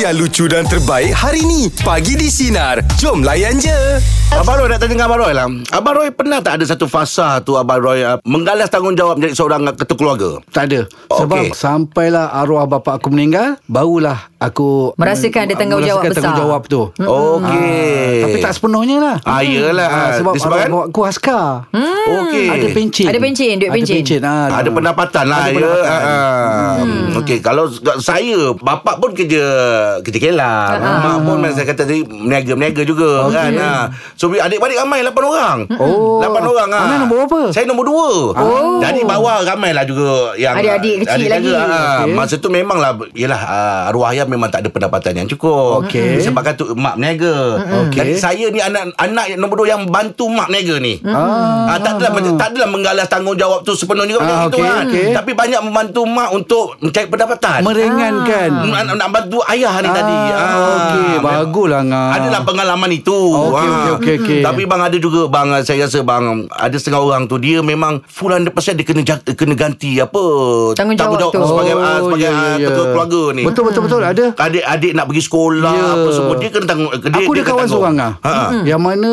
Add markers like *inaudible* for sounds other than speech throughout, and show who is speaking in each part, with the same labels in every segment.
Speaker 1: yang lucu dan terbaik hari ni. Pagi di Sinar. Jom layan je.
Speaker 2: Abang Roy nak tanya dengan Abang Roy lah Abang Roy pernah tak ada satu fasa tu Abang Roy uh, Menggalas tanggungjawab menjadi seorang uh, ketua keluarga
Speaker 3: Tak ada Sebab
Speaker 2: Okey.
Speaker 3: sampailah arwah bapa aku meninggal Barulah aku
Speaker 4: Merasakan ada tanggungjawab
Speaker 3: merasakan
Speaker 4: besar.
Speaker 3: tanggungjawab tu Ah,
Speaker 2: hmm. Okey
Speaker 3: Tapi tak sepenuhnya lah
Speaker 2: Ah, yelah.
Speaker 3: Ah, Sebab
Speaker 2: Disebabkan?
Speaker 3: arwah aku askar hmm.
Speaker 2: Okey
Speaker 3: Ada pencin
Speaker 4: Ada pencin, duit pencin.
Speaker 3: Ada pencin ah,
Speaker 2: Ada
Speaker 3: ah.
Speaker 2: pendapatan lah
Speaker 3: Ada
Speaker 2: ya.
Speaker 3: pendapatan. Hmm.
Speaker 2: Ha, ha. Okey, kalau s- saya bapak pun kerja kerja kelam.
Speaker 3: Ah,
Speaker 2: Mak pun macam saya kata tadi meniaga-meniaga juga okay. kan. Ha. So we- adik-adik ramai 8 orang.
Speaker 3: Oh.
Speaker 2: 8 orang ah.
Speaker 3: Anak nombor berapa?
Speaker 2: Saya nombor 2. Oh. Jadi bawah ramai lah juga yang
Speaker 4: Adik-adik kecil lagi.
Speaker 2: Ha. Okay. Masa tu memanglah yalah ah, arwah ayah memang tak ada pendapatan yang cukup.
Speaker 3: Okey. Hmm,
Speaker 2: Sebab kata mak meniaga.
Speaker 3: Okey.
Speaker 2: Dan saya ni anak anak yang nombor 2 yang bantu mak meniaga ni.
Speaker 3: Ah.
Speaker 2: Ah, tak adalah macam tak adalah menggalas tanggungjawab tu sepenuhnya macam
Speaker 3: Ah,
Speaker 2: itu
Speaker 3: okey,
Speaker 2: kan.
Speaker 3: okey.
Speaker 2: Tapi banyak membantu mak untuk mencari pendapatan.
Speaker 3: Meringankan
Speaker 2: Hmm, nak, nak bantu ayah ni tadi.
Speaker 3: Ah, okey, baguslah ngah.
Speaker 2: Adalah pengalaman itu.
Speaker 3: Okey,
Speaker 2: Ah.
Speaker 3: okey, okey, okey.
Speaker 2: Tapi bang ada juga bang saya rasa bang ada setengah orang tu dia memang full 100% dia kena jag- kena ganti apa
Speaker 4: Tanggungjawab tu.
Speaker 2: sebagai ah,
Speaker 3: ya,
Speaker 2: sebagai
Speaker 3: ya,
Speaker 2: yeah,
Speaker 3: ya.
Speaker 2: keluarga ni.
Speaker 3: Betul betul betul ada
Speaker 2: Adik-adik nak pergi sekolah
Speaker 3: Ya.
Speaker 2: apa semua dia kena tanggung dia
Speaker 3: Aku
Speaker 2: dia
Speaker 3: ada
Speaker 2: kena
Speaker 3: kawan
Speaker 2: tanggung.
Speaker 3: seorang ah.
Speaker 2: Ha.
Speaker 3: Yang mana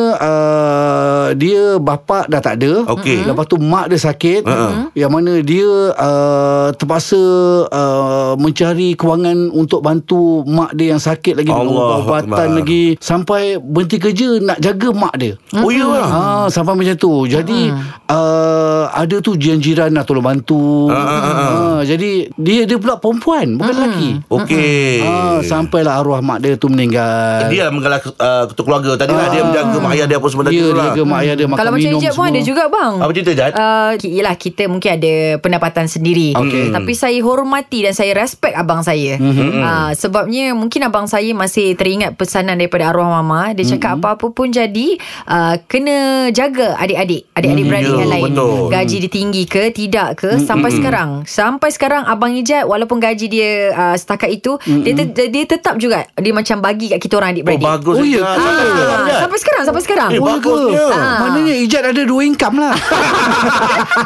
Speaker 3: uh, dia bapak dah tak ada.
Speaker 2: Okey.
Speaker 3: Lepas tu mak dia sakit.
Speaker 2: Ha.
Speaker 3: Yang mana dia uh, terpaksa uh, mencari kewangan untuk bantu mak dia yang sakit lagi dengan
Speaker 2: Allah
Speaker 3: ubatan
Speaker 2: Akbar.
Speaker 3: lagi sampai berhenti kerja nak jaga mak dia.
Speaker 2: Oh ya. lah.
Speaker 3: Ha sampai macam tu. Jadi uh, ada tu jiran-jiran nak tolong bantu.
Speaker 2: Ha, ha, ha, ha.
Speaker 3: Ha, jadi dia dia pula perempuan bukan lelaki.
Speaker 2: Okey.
Speaker 3: Ha, sampailah arwah mak dia tu meninggal.
Speaker 2: Dia lah menggalak uh, ketua keluarga Tadi lah dia menjaga mak ayah dia apa semua tadi
Speaker 3: Ah. Ya,
Speaker 2: tu lah
Speaker 3: jaga mak ayah dia makan
Speaker 4: Kalau macam
Speaker 3: minum
Speaker 4: Ijat pun
Speaker 3: semua.
Speaker 4: ada juga bang
Speaker 2: Apa cerita, Jad?
Speaker 4: Uh, yelah kita mungkin ada pendapatan sendiri Hmm.
Speaker 3: Okey.
Speaker 4: Tapi saya hormati dan saya respect abang saya
Speaker 3: Hmm.
Speaker 4: mm-hmm.
Speaker 2: Hmm.
Speaker 4: uh, Sebabnya mungkin abang saya masih teringat pesanan daripada arwah mama
Speaker 3: Hmm.
Speaker 4: Dia cakap apa-apa pun jadi uh, Kena jaga adik-adik Adik-adik
Speaker 2: Hmm,
Speaker 4: beradik
Speaker 2: ya,
Speaker 4: yang lain
Speaker 2: betul.
Speaker 4: Gaji dia tinggi ke tidak ke
Speaker 3: Hmm.
Speaker 4: Sampai sekarang Sampai sekarang abang Ijat Walaupun gaji dia uh, setakat itu dia, te- dia tetap juga Dia macam bagi kat kita orang
Speaker 2: Oh
Speaker 4: adik-beradik
Speaker 2: bagus
Speaker 3: Hmm. Oh, ya ke?
Speaker 2: Jad. Sampai sekarang,
Speaker 4: Ah,
Speaker 2: Jad.
Speaker 4: Sampai sekarang Sampai sekarang
Speaker 2: Eh, bagusnya
Speaker 4: Ah.
Speaker 3: Maknanya Ijat ada dua income
Speaker 4: *laughs*
Speaker 3: lah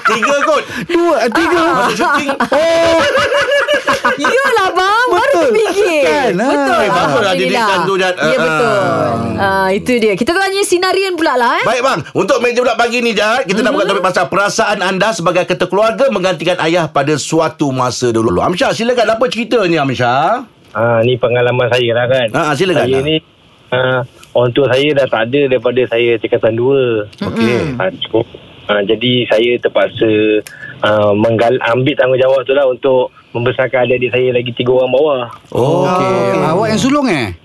Speaker 2: Tiga kot Ah,
Speaker 3: Dua, tiga Oh.
Speaker 2: Masa syuting
Speaker 4: Iyalah bang Baru
Speaker 3: Betul.
Speaker 4: terfikir
Speaker 3: Kan, ah.
Speaker 4: Betul
Speaker 3: Eh,
Speaker 2: bagus lah dia
Speaker 4: Alhamdulillah.
Speaker 2: dekat tu, Jad.
Speaker 4: Ya
Speaker 2: Ah.
Speaker 4: betul Ah, Itu dia Kita tanya sinarian pula lah eh.
Speaker 2: Baik bang Untuk meja bulat pagi ni Jad Kita
Speaker 3: Mhm.
Speaker 2: nak buka topik pasal Perasaan anda sebagai ketua keluarga Menggantikan ayah pada suatu masa dulu Amsyar silakan Apa ceritanya Amsyar
Speaker 5: Ha, ni pengalaman saya lah kan.
Speaker 2: Ha, ha, silakan. Ha.
Speaker 5: Saya ni,
Speaker 3: lah.
Speaker 5: ha, orang tua saya dah tak ada daripada saya tingkatan dua. Okey. Ha, so, ha, jadi saya terpaksa ha, menggal, ambil tanggungjawab tu lah untuk membesarkan adik-adik saya lagi tiga orang bawah.
Speaker 2: Oh
Speaker 3: Okey Awak yang sulung eh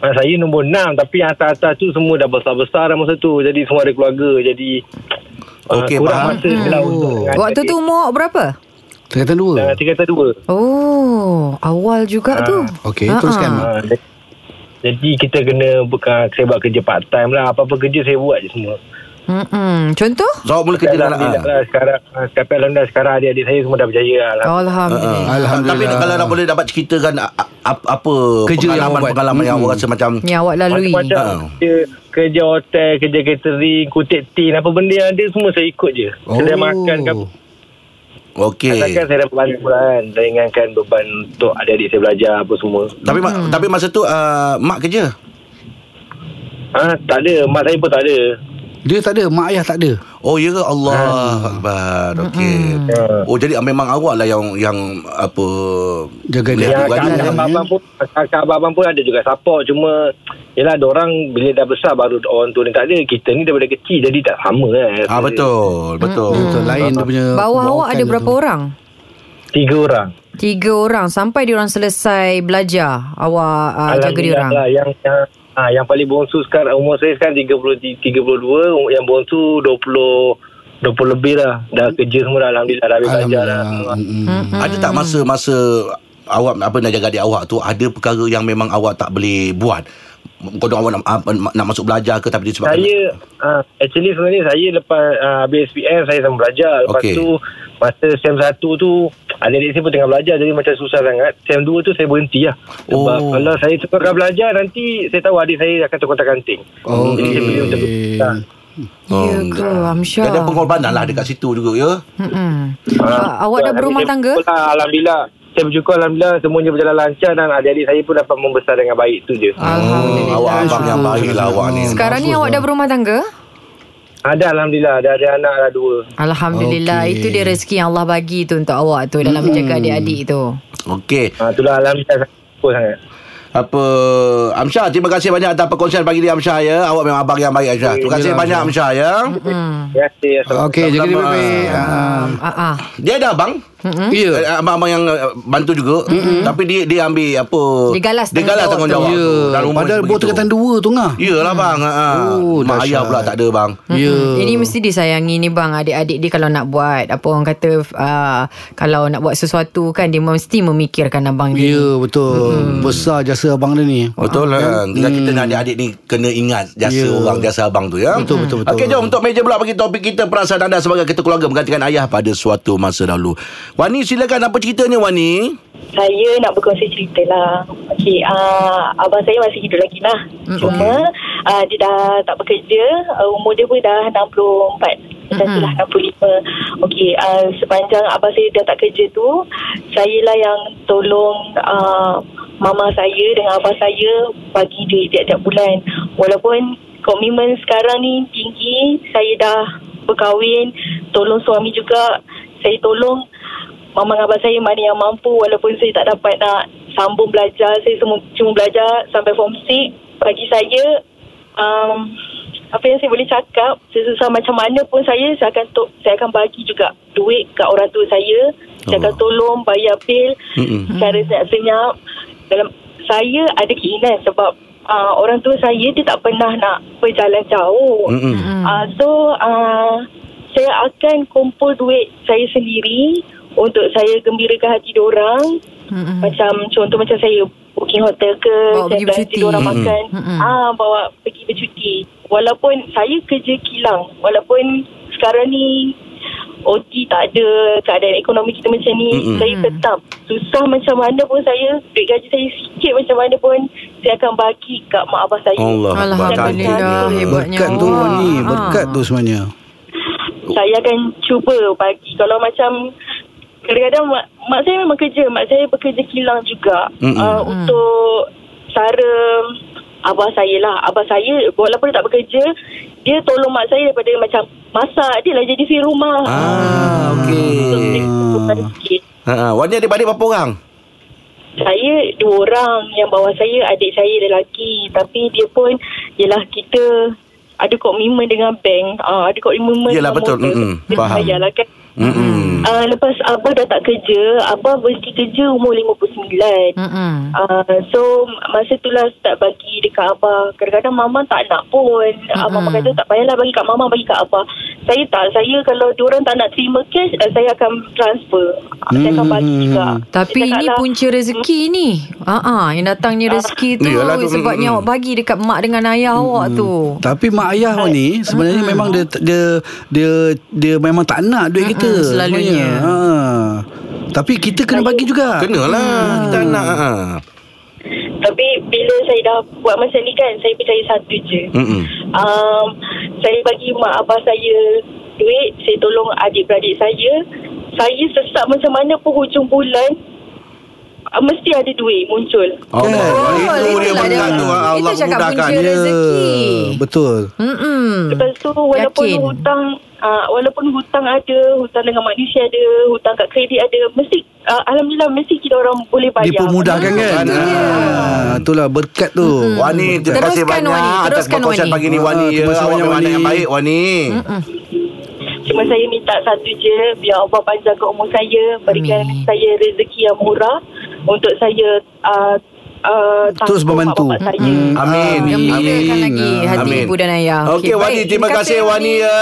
Speaker 5: Ha, saya nombor enam tapi yang atas-atas tu semua dah besar-besar dah masa tu. Jadi semua ada keluarga. Jadi ha,
Speaker 2: Okey,
Speaker 5: kurang
Speaker 2: faham.
Speaker 5: masa
Speaker 3: Hmm.
Speaker 5: je lah untuk dengan
Speaker 4: Hmm. Waktu tu
Speaker 5: adik-adik.
Speaker 4: umur berapa?
Speaker 3: Tingkatan dua
Speaker 5: Dah tingkatan dua.
Speaker 4: Oh Awal juga tu
Speaker 3: Okey
Speaker 4: Ah,
Speaker 3: teruskan
Speaker 4: ah.
Speaker 3: mak
Speaker 5: Ha, jadi kita kena buka, saya buat kerja part time lah. Apa-apa kerja saya buat je semua.
Speaker 4: Mm-mm. Contoh?
Speaker 2: Zawab mula kerja dah nak
Speaker 5: Alhamdulillah lah sekarang ah, Tapi Alhamdulillah sekarang adik-adik saya semua dah berjaya lah
Speaker 4: Oh, Alhamdulillah
Speaker 3: Alhamdulillah.
Speaker 2: Ah, Tapi kalau nak boleh dapat ceritakan a- a- a- Apa
Speaker 3: Kerja yang awak buat. Hmm.
Speaker 2: Pengalaman-pengalaman yang awak rasa macam
Speaker 4: Ni awak lalui
Speaker 5: Macam-macam
Speaker 2: Ah.
Speaker 5: kerja, kerja hotel Kerja catering Kutip tin Apa benda yang ada Semua saya ikut je oh. Saya makan kan
Speaker 2: Okey
Speaker 5: Asalkan saya dapat bantuan Saya ingatkan beban Untuk adik-adik saya belajar Apa semua
Speaker 2: Tapi ma- tapi masa tu ah, Mak kerja
Speaker 5: Ah, Tak ada Mak saya pun tak ada
Speaker 3: Dia tak ada Mak ayah tak ada Ha.
Speaker 2: Oh ya ke Allah Akbar Okey
Speaker 5: Hmm.
Speaker 2: Oh jadi memang awak lah yang Yang apa
Speaker 3: Jaga dia.
Speaker 2: lihat
Speaker 5: Yang
Speaker 2: tu
Speaker 5: kakak
Speaker 2: gaji.
Speaker 3: lah.
Speaker 5: abang pun Kakak abang pun ada juga support Cuma Yelah orang Bila dah besar Baru orang tua ni tak ada Kita ni daripada kecil Jadi tak sama kan
Speaker 2: Ah betul Betul
Speaker 3: Betul Ah, lain dia punya
Speaker 4: Hmm. Bawah awak
Speaker 3: pembawakan
Speaker 4: ada
Speaker 3: dia
Speaker 4: berapa
Speaker 3: tu.
Speaker 4: orang?
Speaker 5: Tiga orang
Speaker 4: Tiga orang Sampai diorang selesai belajar Awak uh, jaga
Speaker 5: Alhamdulillah
Speaker 4: diorang
Speaker 5: Lah, yang yang ha, yang paling bongsu sekarang umur saya sekarang 30 32, yang bongsu 20 20 lebih lah. Dah kerja semua dah alhamdulillah dah habis belajar dah.
Speaker 3: Alhamdulillah Mm-mm.
Speaker 2: Ada tak masa-masa Awak apa nak jaga adik awak tu Ada perkara yang memang awak tak boleh buat Kodong awak nak, apa, nak, nak masuk belajar ke Tapi disebabkan
Speaker 5: Saya ha, actually sebenarnya saya lepas ha, habis SPM saya sama belajar. Lepas
Speaker 2: Okey.
Speaker 5: tu masa SEM 1 tu adik-adik saya pun tengah belajar jadi macam susah sangat. SEM 2 tu saya berhenti lah. Sebab
Speaker 2: Oh.
Speaker 5: kalau saya terus belajar nanti saya tahu adik saya akan terkontak-kanting.
Speaker 3: Okey.
Speaker 2: Oh,
Speaker 5: Jadi saya pilih untuk ha.
Speaker 4: Ya ke Amsyar
Speaker 2: Ada pengorbanan lah dekat situ juga ya
Speaker 5: Ah,
Speaker 4: Mm-mm. Uh, Ah, awak dah berumah tangga?
Speaker 5: lah, Alhamdulillah saya bersyukur Alhamdulillah semuanya berjalan lancar dan adik-adik saya pun dapat membesar dengan baik tu je.
Speaker 4: Alhamdulillah.
Speaker 2: Oh, Awak abang yang baik lah awak ni.
Speaker 4: Sekarang ni awak dah berumah tangga?
Speaker 5: Ada Alhamdulillah, ada ada anak ada dua.
Speaker 4: Alhamdulillah
Speaker 3: Okey. Hmm.
Speaker 4: Itu dia rezeki yang Allah bagi tu Untuk awak tu Dalam menjaga adik-adik tu
Speaker 2: Okey.
Speaker 5: Ha, itulah Alhamdulillah saya bersyukur sangat.
Speaker 2: Apa Amsyah terima kasih banyak atas perkongsian pagi ni Amsyah ya. Awak memang abang yang baik Amsyah. Terima kasih
Speaker 3: Yelah,
Speaker 2: banyak Amsyah ya.
Speaker 5: Terima kasih. Assalamualaikum.
Speaker 3: Okey, jaga diri baik-baik. Ah.
Speaker 4: Ah, ah.
Speaker 2: Dia ada abang.
Speaker 3: Ya.
Speaker 2: Eh, Abang-abang yang eh, bantu juga mm-hmm. Tapi dia dia ambil apa
Speaker 4: Dia galas
Speaker 2: Dia galas
Speaker 4: tanggungjawab
Speaker 2: tanggungjawab
Speaker 3: Ya.
Speaker 2: tu, dalam rumah
Speaker 3: Padahal buat
Speaker 2: begitu.
Speaker 3: tingkatan dua tu ngah. Mm.
Speaker 2: Yelah bang ha.
Speaker 3: Oh,
Speaker 2: Mak
Speaker 3: dahsyat.
Speaker 2: ayah pula tak ada bang
Speaker 3: Ya.
Speaker 4: Hmm. Ini mesti disayangi ni bang Adik-adik dia kalau nak buat Apa orang kata uh, Kalau nak buat sesuatu kan Dia mesti memikirkan abang dia Hmm. Oh,
Speaker 3: Ya, betul. Besar jasa abang dia ni.
Speaker 2: Betul lah hmm. Kita dengan adik-adik ni Kena ingat Jasa
Speaker 3: Ya.
Speaker 2: orang Jasa abang tu ya
Speaker 3: Betul, betul, betul.
Speaker 2: Okey jom Untuk meja pula bagi topik kita Perasaan anda sebagai ketua keluarga Menggantikan ayah pada suatu masa dahulu Wani silakan Apa ceritanya Wani
Speaker 6: saya nak berkongsi cerita lah. Okey, uh, abang saya masih hidup lagi lah. Cuma uh, dia dah tak bekerja, uh, umur dia pun dah 64. Macam tu lah, 65. Okey, uh, sepanjang abang saya dah tak kerja tu, saya lah yang tolong uh, mama saya dengan abang saya bagi duit tiap-tiap bulan. Walaupun komitmen sekarang ni tinggi, saya dah berkahwin, tolong suami juga. Saya tolong Mama dan abang saya mana yang mampu walaupun saya tak dapat nak sambung belajar. Saya semua cuma belajar sampai form 6. Bagi saya, um, apa yang saya boleh cakap, sesusah macam mana pun saya, saya akan, to- saya akan bagi juga duit kat orang tua saya. Saya akan tolong bayar bil
Speaker 2: Mm-mm.
Speaker 6: secara senyap-senyap. Dalam, saya ada keinginan sebab uh, orang tua saya dia tak pernah nak berjalan jauh.
Speaker 2: Mm-mm.
Speaker 4: Hmm.
Speaker 6: Uh, so uh, saya akan kumpul duit saya sendiri untuk saya gembirakan hati diorang.
Speaker 4: Mm-mm.
Speaker 6: Macam contoh macam saya booking hotel ke,
Speaker 4: Hmm, Bawa
Speaker 6: saya
Speaker 4: pergi bercuti. Hmm,
Speaker 6: diorang
Speaker 4: Mm-mm.
Speaker 6: makan.
Speaker 4: Mm-mm.
Speaker 6: Ah bawa pergi bercuti. Walaupun saya kerja kilang, walaupun sekarang ni OT tak ada, keadaan ekonomi kita macam ni,
Speaker 2: Mm-mm.
Speaker 6: saya tetap susah macam mana pun saya, duit gaji saya sikit macam mana pun, saya akan bagi kat mak abah saya.
Speaker 2: Allah
Speaker 4: Alhamdulillah
Speaker 2: Akbar.
Speaker 4: Hebatnya
Speaker 3: Berkat tu
Speaker 4: awak.
Speaker 3: Wani,
Speaker 4: Ah.
Speaker 3: berkat tu sebenarnya.
Speaker 6: saya akan cuba bagi kalau macam kadang-kadang mak, mak saya memang kerja mak saya bekerja kilang juga
Speaker 2: Mm-mm.
Speaker 6: uh, untuk cara abah saya lah abah saya walaupun dia tak bekerja dia tolong mak saya daripada macam masak dia lah jadi si rumah
Speaker 2: Ah, okey.
Speaker 6: So, saya kumpulkan sikit.
Speaker 2: Ha, Wani adik-adik berapa orang?
Speaker 6: saya dua orang yang bawah saya adik saya lelaki tapi dia pun ialah kita ada komitmen dengan bank uh, ada komitmen dengan
Speaker 2: Yelah, betul.
Speaker 6: motor.
Speaker 2: Mm-mm.
Speaker 6: Dia
Speaker 2: Faham.
Speaker 6: bayar lah kan
Speaker 2: Mm-mm.
Speaker 6: Uh, lepas Abah dah tak kerja Abah berhenti kerja umur 59
Speaker 4: Mm-mm.
Speaker 6: uh, So masa tu lah start bagi dekat Abah Kadang-kadang Mama tak nak pun uh, Mama
Speaker 4: Mm-mm.
Speaker 6: kata tak payahlah bagi kat Mama Bagi kat Abah Saya tak Saya kalau diorang tak nak terima cash uh, Saya akan transfer uh,
Speaker 2: Hmm,
Speaker 6: Saya akan bagi juga
Speaker 4: Tapi
Speaker 6: Saya
Speaker 4: ini
Speaker 6: cakap lah,
Speaker 4: punca rezeki ni. Ha ah, yang datangnya rezeki tu
Speaker 2: Yalah tu,
Speaker 4: sebabnya
Speaker 2: mm,
Speaker 4: awak bagi dekat mak dengan ayah
Speaker 3: Hmm,
Speaker 4: awak tu.
Speaker 3: Tapi mak ayah Wani
Speaker 4: Hmm.
Speaker 3: sebenarnya memang dia dia dia dia memang tak nak duit kita
Speaker 4: Hmm, selalunya.
Speaker 3: sebenarnya. Ha. Tapi kita kena bagi juga. Hmm.
Speaker 2: Kenalah Kita nak ha.
Speaker 6: Tapi bila saya dah buat macam ni kan Saya percaya satu je
Speaker 2: Mm-mm.
Speaker 6: um, saya bagi mak abah saya duit, saya tolong adik-beradik saya. Saya sesat macam mana pun hujung bulan, uh, mesti ada duit muncul.
Speaker 3: Kan?
Speaker 4: Betul,
Speaker 2: Allah Oh, Itu dia
Speaker 4: Kan? Oh, itulah dia. Itu
Speaker 2: berkat tu Allah
Speaker 4: cakap
Speaker 2: mudahkan
Speaker 4: punca rezeki.
Speaker 3: Ya, Betul.
Speaker 4: Mm-mm.
Speaker 6: Lepas tu walaupun
Speaker 4: Yakin.
Speaker 6: Yakin. hutang uh, walaupun hutang ada, hutang dengan manusia ada, hutang kat kredit ada, mesti uh, alhamdulillah mesti kita orang boleh bayar.
Speaker 3: Dipermudahkan kan?
Speaker 2: Itu dia. Ah,
Speaker 3: Ha, itulah berkat tu.
Speaker 2: Wani terima
Speaker 4: Hmm. Teruskan,
Speaker 2: kasih banyak
Speaker 4: Wani.
Speaker 2: atas
Speaker 4: Teruskan,
Speaker 2: perkongsian
Speaker 4: Wani.
Speaker 2: pagi ni Wani.
Speaker 3: Ah,
Speaker 2: ya.
Speaker 3: terima kasih
Speaker 2: Awak
Speaker 3: banyak,
Speaker 2: memang anak yang
Speaker 3: Wani.
Speaker 2: baik Eh, Wani.
Speaker 6: Cuma saya minta satu je Biar Allah panjangkan umur saya Berikan
Speaker 4: Amin.
Speaker 6: saya rezeki yang murah Untuk saya uh, uh,
Speaker 3: Terus
Speaker 6: tanggung
Speaker 3: membantu.
Speaker 6: mak bapak saya
Speaker 2: Hmm. Amin.
Speaker 4: Gembirakan Ah, lagi hati
Speaker 2: Amin.
Speaker 4: ibu dan ayah.
Speaker 2: Okey
Speaker 4: baik.
Speaker 2: Wani terima kasih Wani ya.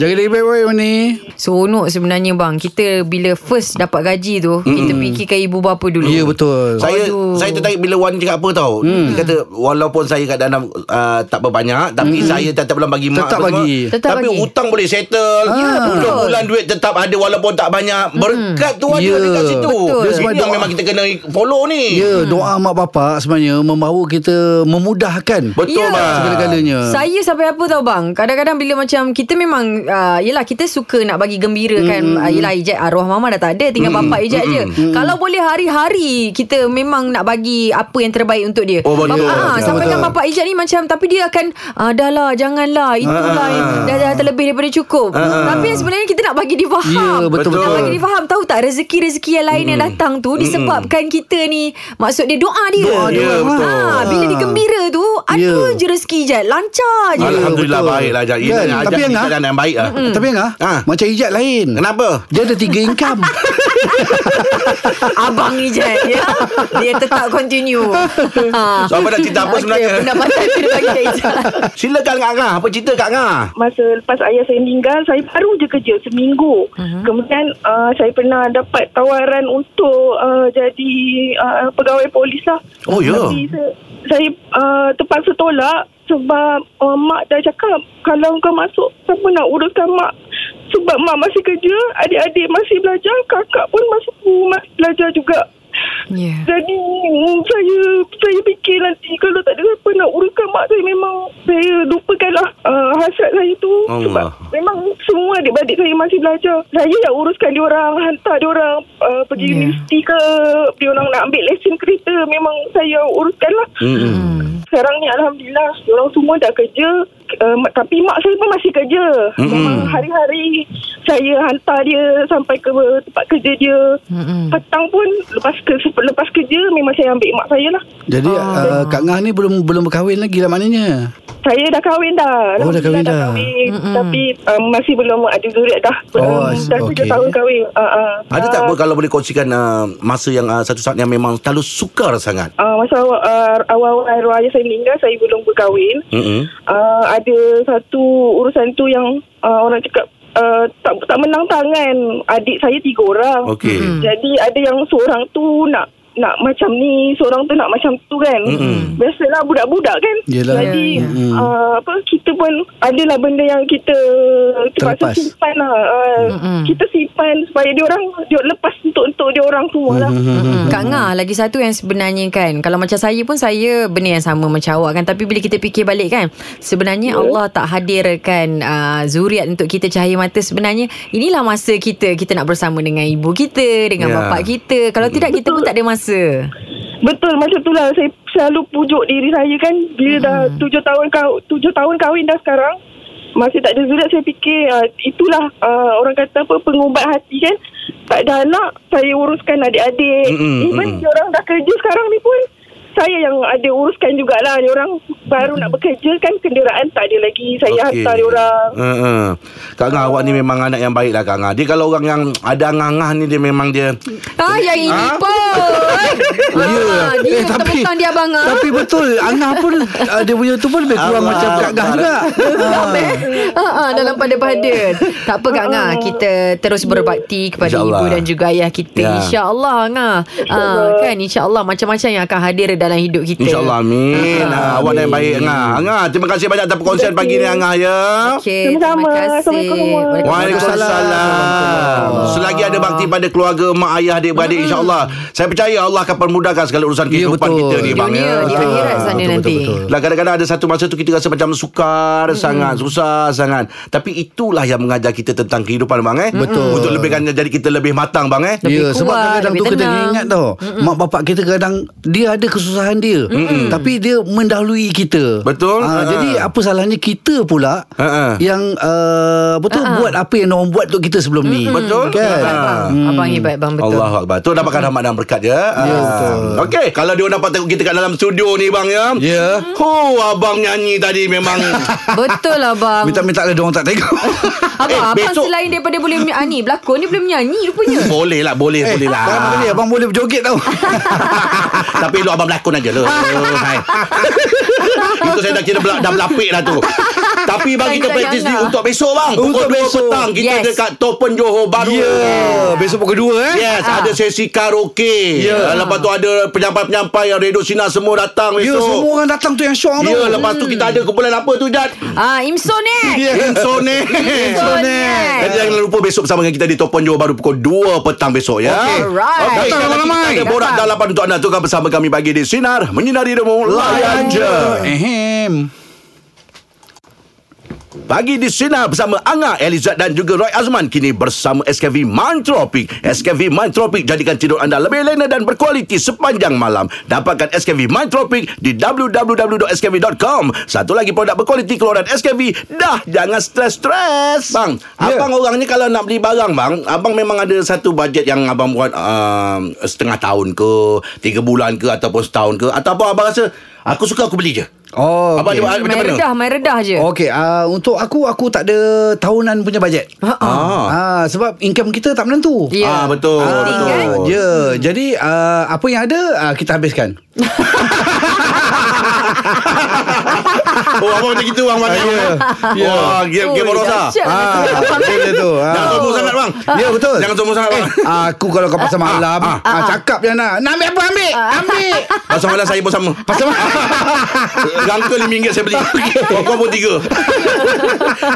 Speaker 3: Jaga diri baik-baik Wani.
Speaker 4: Seronok sebenarnya bang. Kita bila first dapat gaji tu, kita fikirkan ibu bapa dulu.
Speaker 3: Ya betul.
Speaker 2: Saya
Speaker 4: Aduh.
Speaker 2: saya tertarik bila Wani cakap apa tau.
Speaker 3: Hmm.
Speaker 2: Dia kata walaupun saya kat dalam uh, tak berbanyak tapi saya tetap belum bagi
Speaker 3: Tetap
Speaker 2: mak apa semua.
Speaker 3: bagi.
Speaker 4: Tetap
Speaker 2: tapi
Speaker 4: bagi.
Speaker 2: hutang boleh
Speaker 3: Ah,
Speaker 2: settle. Bulan-bulan duit tetap ada walaupun tak banyak. Berkat tu ada
Speaker 3: Ya.
Speaker 2: dekat situ.
Speaker 4: Betul.
Speaker 2: Ini
Speaker 3: Sebab
Speaker 2: yang
Speaker 3: doa-
Speaker 2: memang kita kena follow ni.
Speaker 4: Hmm.
Speaker 3: Ya, doa mak bapa bapak sebenarnya membawa kita memudahkan.
Speaker 2: Betul
Speaker 4: Ya.
Speaker 2: bang.
Speaker 3: Segala-galanya.
Speaker 4: Saya sampai apa tau bang Kadang-kadang bila macam Kita memang uh, Yelah kita suka nak bagi gembira kan
Speaker 2: Mm,
Speaker 4: uh, Yelah ejek arwah mama dah tak ada Tinggal bapak ejek je Kalau boleh hari-hari Kita memang nak bagi Apa yang terbaik untuk dia
Speaker 2: Oh, betul.
Speaker 4: Bapak- ah,
Speaker 2: Betul.
Speaker 4: Sampai kan
Speaker 3: Betul.
Speaker 4: bapak ejek ni macam Tapi dia akan ah, Dah lah janganlah Itulah
Speaker 2: Ah.
Speaker 4: yang dah, dah terlebih daripada cukup Tapi yang sebenarnya kita nak bagi dia faham
Speaker 3: Ya, betul,
Speaker 4: Nak
Speaker 2: betul. Mm.
Speaker 4: bagi dia faham Tahu tak rezeki-rezeki yang lain yang datang tu Disebabkan kita ni Maksud dia doa dia
Speaker 3: Doa
Speaker 2: dia, betul.
Speaker 4: Ah, Bila dia gembira tu Ada
Speaker 3: Ya.
Speaker 4: je rezeki je Lancar je
Speaker 2: Alhamdulillah
Speaker 3: betul.
Speaker 2: baiklah Ajak. Ini
Speaker 3: Kan?
Speaker 2: ajak
Speaker 3: Tapi yang
Speaker 2: ni
Speaker 3: ah-
Speaker 2: keadaan yang baik lah.
Speaker 3: Tapi Angah,
Speaker 2: Ha.
Speaker 3: macam hijab lain.
Speaker 2: Kenapa?
Speaker 3: Dia ada tiga
Speaker 2: *laughs*
Speaker 3: income.
Speaker 4: *laughs* Abang ni je ya? Dia tetap continue ha.
Speaker 2: So, apa nak cerita apa
Speaker 4: Okey,
Speaker 2: sebenarnya?
Speaker 4: Pendapatan tu dia bagi kat Ijaz
Speaker 2: Silakan Kak Angah. Apa cerita Kak Angah?
Speaker 7: masa lepas ayah saya meninggal saya baru je kerja seminggu uh-huh. kemudian uh, saya pernah dapat tawaran untuk uh, jadi uh, pegawai polis lah
Speaker 2: Oh, ya?
Speaker 7: tapi saya, saya uh, terpaksa tolak sebab uh, mak dah cakap kalau kau masuk siapa nak uruskan mak sebab mak masih kerja adik-adik masih belajar kakak pun masih, masih belajar juga
Speaker 4: Ya.
Speaker 7: jadi mm, saya saya fikir nanti kalau tak ada siapa nak uruskan mak saya memang saya lupakanlah uh, hasrat saya tu
Speaker 2: Allah.
Speaker 7: sebab memang semua adik-adik saya masih belajar. Saya nak uruskan dia orang, hantar dia orang uh, pergi
Speaker 4: Ya.
Speaker 7: yeah. universiti ke, dia orang nak ambil lesen kereta memang saya uruskanlah.
Speaker 2: Mm-mm.
Speaker 7: Sekarang ni Alhamdulillah Orang semua dah kerja uh, ma- Tapi mak saya pun masih kerja
Speaker 2: Mm-mm.
Speaker 7: Memang hari-hari Saya hantar dia Sampai ke tempat kerja dia
Speaker 4: Mm-mm.
Speaker 7: Petang pun Lepas ke, lepas kerja Memang saya ambil mak saya lah
Speaker 3: Jadi
Speaker 2: Oh.
Speaker 3: uh, Kak Ngah ni belum belum berkahwin lagi lah maknanya.
Speaker 7: Saya dah kahwin dah
Speaker 3: Oh, dah
Speaker 7: Alhamdulillah
Speaker 3: kahwin dah.
Speaker 7: kahwin. Tapi um, Masih belum ada zuriat dah
Speaker 3: Oh,
Speaker 7: um,
Speaker 3: I see.
Speaker 7: Dah 3
Speaker 3: Okay.
Speaker 7: tahun kahwin uh, uh.
Speaker 2: Ada tak apa kalau boleh kongsikan uh, masa yang uh, satu saat yang memang terlalu sukar sangat?
Speaker 7: Uh, masa awal, uh, awal-awal arwah ayah saya meninggal Saya belum berkahwin
Speaker 2: Mm-mm.
Speaker 7: uh, ada satu urusan tu yang uh, orang cakap uh, tak tak menang tangan adik saya tiga orang. Hmm.
Speaker 2: Okey.
Speaker 3: Hmm.
Speaker 2: Mm-mm.
Speaker 7: Jadi ada yang seorang tu nak nak macam ni, seorang tu nak macam tu kan.
Speaker 2: Mm-mm.
Speaker 7: Biasalah budak-budak kan.
Speaker 3: Hmm. Yelah. Hmm.
Speaker 7: Jadi
Speaker 4: Ya, ya.
Speaker 7: yeah. uh, apa kita pun adalah benda yang kita terpaksa
Speaker 3: Terlepas. Hmm.
Speaker 7: simpan lah. Uh,
Speaker 4: Mm-mm.
Speaker 7: kita simpan supaya dia orang dia lepas untuk untuk dia orang semua
Speaker 3: Hmm.
Speaker 7: lah.
Speaker 4: Mm-mm. Kak Ngah lagi satu yang sebenarnya kan Kalau macam saya pun saya benda yang sama macam awak kan Tapi bila kita fikir balik kan
Speaker 3: Ya.
Speaker 4: Sebenarnya Allah tak hadirkan uh, zuriat untuk kita cahaya mata Sebenarnya inilah masa kita Kita nak bersama dengan ibu kita Dengan
Speaker 2: Ya.
Speaker 4: yeah. bapak kita Kalau tidak kita pun tak ada masa
Speaker 7: Betul macam tu lah Saya selalu pujuk diri saya kan Bila hmm. dah tujuh tahun, kaw- tujuh tahun kahwin dah sekarang Masih tak ada zuriat Saya fikir uh, Itulah uh, Orang kata apa Pengubat hati kan Tak ada anak Saya uruskan adik-adik
Speaker 2: Mm-mm,
Speaker 7: mm-mm, Even
Speaker 2: mm-mm.
Speaker 7: mm orang dah kerja sekarang ni pun saya yang ada uruskan jugalah Diorang
Speaker 2: Hmm.
Speaker 7: baru nak bekerja kan Kenderaan tak ada lagi Saya okay. hantar diorang
Speaker 2: Uh-uh. Kak Angah awak ni memang anak yang baik lah Kak Angah. Dia kalau orang yang ada angah-angah ni dia memang dia
Speaker 4: Ah, yang ini
Speaker 2: Ah?
Speaker 4: pun.
Speaker 3: Oh, ya.
Speaker 4: Ah, dia eh,
Speaker 3: tapi
Speaker 4: temukan dia abang ah.
Speaker 3: Tapi betul Angah pun uh, Dia punya tu pun Lebih kurang
Speaker 2: Allah.
Speaker 3: macam Kak Ngah juga
Speaker 4: Ha ah, dalam pada pada. Tak apa Kak Ngah, kita terus berbakti kepada
Speaker 2: InsyaAllah.
Speaker 4: ibu dan juga ayah kita.
Speaker 2: Ya.
Speaker 4: Insya-Allah Ngah. Ah, kan insya-Allah macam-macam yang akan hadir dalam hidup kita. ya.
Speaker 2: InsyaAllah amin. Ah, awak dah yang baik Angah. Angah terima kasih banyak atas perkongsian pagi ni Angah ya.
Speaker 4: Okey,
Speaker 7: Sama-sama.
Speaker 4: terima kasih.
Speaker 7: Assalamualaikum semua.
Speaker 2: Waalaikumsalam. Selagi ada bakti pada keluarga, mak ayah, adik-beradik insya-Allah. Saya percaya Allah akan permudahkan segala urusan
Speaker 3: Ya,
Speaker 2: kehidupan
Speaker 3: betul.
Speaker 2: kita ni bang
Speaker 4: Dunia
Speaker 2: ya.
Speaker 4: di akhirat sana
Speaker 3: betul,
Speaker 4: Kan, nanti.
Speaker 3: betul, betul.
Speaker 2: Lah kadang-kadang ada satu masa tu kita rasa macam sukar mm sangat, susah sangat. Tapi itulah yang mengajar kita tentang kehidupan bang eh. Betul. Untuk lebihkan jadi kita lebih matang bang eh.
Speaker 4: Lebih
Speaker 3: Ya, sebab
Speaker 4: kuat,
Speaker 3: kadang-kadang tu
Speaker 4: lebih
Speaker 3: kena
Speaker 4: tenang.
Speaker 3: ingat tau. Mak bapak kita kadang dia ada kesusahan dia. Tapi dia mendahului kita.
Speaker 2: Betul.
Speaker 3: Ha,
Speaker 2: Ha-ha.
Speaker 3: Jadi apa salahnya kita pula
Speaker 2: Ha-ha.
Speaker 3: yang uh, apa tu
Speaker 4: Ha,
Speaker 3: buat apa yang orang buat untuk kita sebelum ni.
Speaker 2: Betul.
Speaker 3: Kan?
Speaker 2: Ha.
Speaker 4: Abang, abang hebat bang betul.
Speaker 2: Allah Akbar Tu dapatkan rahmat dan berkat ya Ya
Speaker 3: betul.
Speaker 2: Okey Kalau dia dapat tengok kita kat dalam studio ni bang ya
Speaker 3: Ya.
Speaker 2: Oh abang nyanyi tadi
Speaker 3: *laughs*
Speaker 2: memang
Speaker 4: Betul lah bang.
Speaker 3: Minta-minta lah dia orang tak tengok.
Speaker 4: Abang,
Speaker 2: Eh,
Speaker 4: abang
Speaker 2: besok-
Speaker 4: selain daripada boleh ah, ni berlakon ni boleh menyanyi rupanya.
Speaker 2: *laughs* Boleh lah Boleh
Speaker 3: Eh,
Speaker 2: boleh lah
Speaker 3: Abang boleh, abang boleh berjoget *laughs* tau.
Speaker 2: Tapi elok
Speaker 3: *laughs*
Speaker 2: *laughs* abang berlakon aja lah Oh, hai. Itu saya dah kira bela- dah berlapik lah tu Tapi bang kita
Speaker 4: Jangan,
Speaker 2: practice ni
Speaker 4: jangan.
Speaker 2: untuk besok bang.
Speaker 3: lah. Untuk
Speaker 2: Pukul 2
Speaker 3: besok.
Speaker 2: petang kita
Speaker 4: Yes.
Speaker 2: dekat Topen Johor Baru.
Speaker 3: Ya yeah. Besok pukul 2 eh
Speaker 2: Yes, ada sesi karaoke.
Speaker 3: Ya.
Speaker 2: Yeah. Lepas tu ada penyampai-penyampai yang Radio Sinar semua datang
Speaker 3: Ya
Speaker 2: besok.
Speaker 3: semua orang datang tu yang syok
Speaker 2: Ya,
Speaker 3: tu
Speaker 2: yeah, lepas tu kita ada kumpulan apa tu, Jad?
Speaker 4: Hmm. Ah, Imsonet.
Speaker 3: Ya.
Speaker 2: Insone.
Speaker 4: Imsonet.
Speaker 2: Jadi jangan lupa besok bersama dengan kita di Topon Johor Baru pukul 2 petang besok ya.
Speaker 4: Okey. Alright.
Speaker 2: Okey,
Speaker 3: Datang
Speaker 2: kita
Speaker 3: ramai-ramai.
Speaker 2: ada borak
Speaker 4: Datang.
Speaker 2: dalapan untuk anda tukar bersama kami pagi di Sinar. Menyinari Demo. Layan je.
Speaker 3: Ehem
Speaker 2: Pagi di Sinar bersama Anga, Elizad dan juga Roy Azman kini bersama SKV Mantropic. SKV Mantropic jadikan tidur anda lebih lena dan berkualiti sepanjang malam. Dapatkan SKV Mantropic di www.skv.com. Satu lagi produk berkualiti keluaran SKV. Dah jangan stres-stres. Bang, yeah.
Speaker 3: Ya.
Speaker 2: abang orang ni kalau nak beli barang bang, abang memang ada satu bajet yang abang buat um, setengah tahun ke, tiga bulan ke ataupun setahun ke ataupun abang rasa aku suka aku beli je.
Speaker 3: Oh
Speaker 2: Abang
Speaker 3: okay.
Speaker 2: ada macam
Speaker 4: Main
Speaker 2: mana?
Speaker 4: redah, main redah je.
Speaker 3: Okey, uh, untuk aku aku tak ada tahunan punya bajet.
Speaker 4: Ha-ha.
Speaker 3: Ah, sebab income kita tak menentu.
Speaker 4: Ya.
Speaker 2: Ah betul.
Speaker 3: Ah,
Speaker 2: betul.
Speaker 4: kan?
Speaker 3: Ya, yeah. jadi uh, apa yang ada uh, kita habiskan.
Speaker 2: *laughs* Oh abang macam gitu bang Macam
Speaker 3: Ya.
Speaker 2: Ya Wah game, game
Speaker 4: Oh,
Speaker 2: Rosa
Speaker 4: dahsyat.
Speaker 3: Ah, macam tu. Ah.
Speaker 2: Jangan sombong sangat bang
Speaker 3: Ya betul
Speaker 2: Jangan sombong sangat bang
Speaker 3: eh, Aku kalau kau pasal malam ah,
Speaker 2: ah,
Speaker 3: Cakap je nak Nak ambil apa ambil
Speaker 4: *laughs*
Speaker 3: Ambil
Speaker 2: Pasal malam saya pun sama
Speaker 3: Pasal malam
Speaker 2: Rangka RM5 saya beli *laughs* Kau pun tiga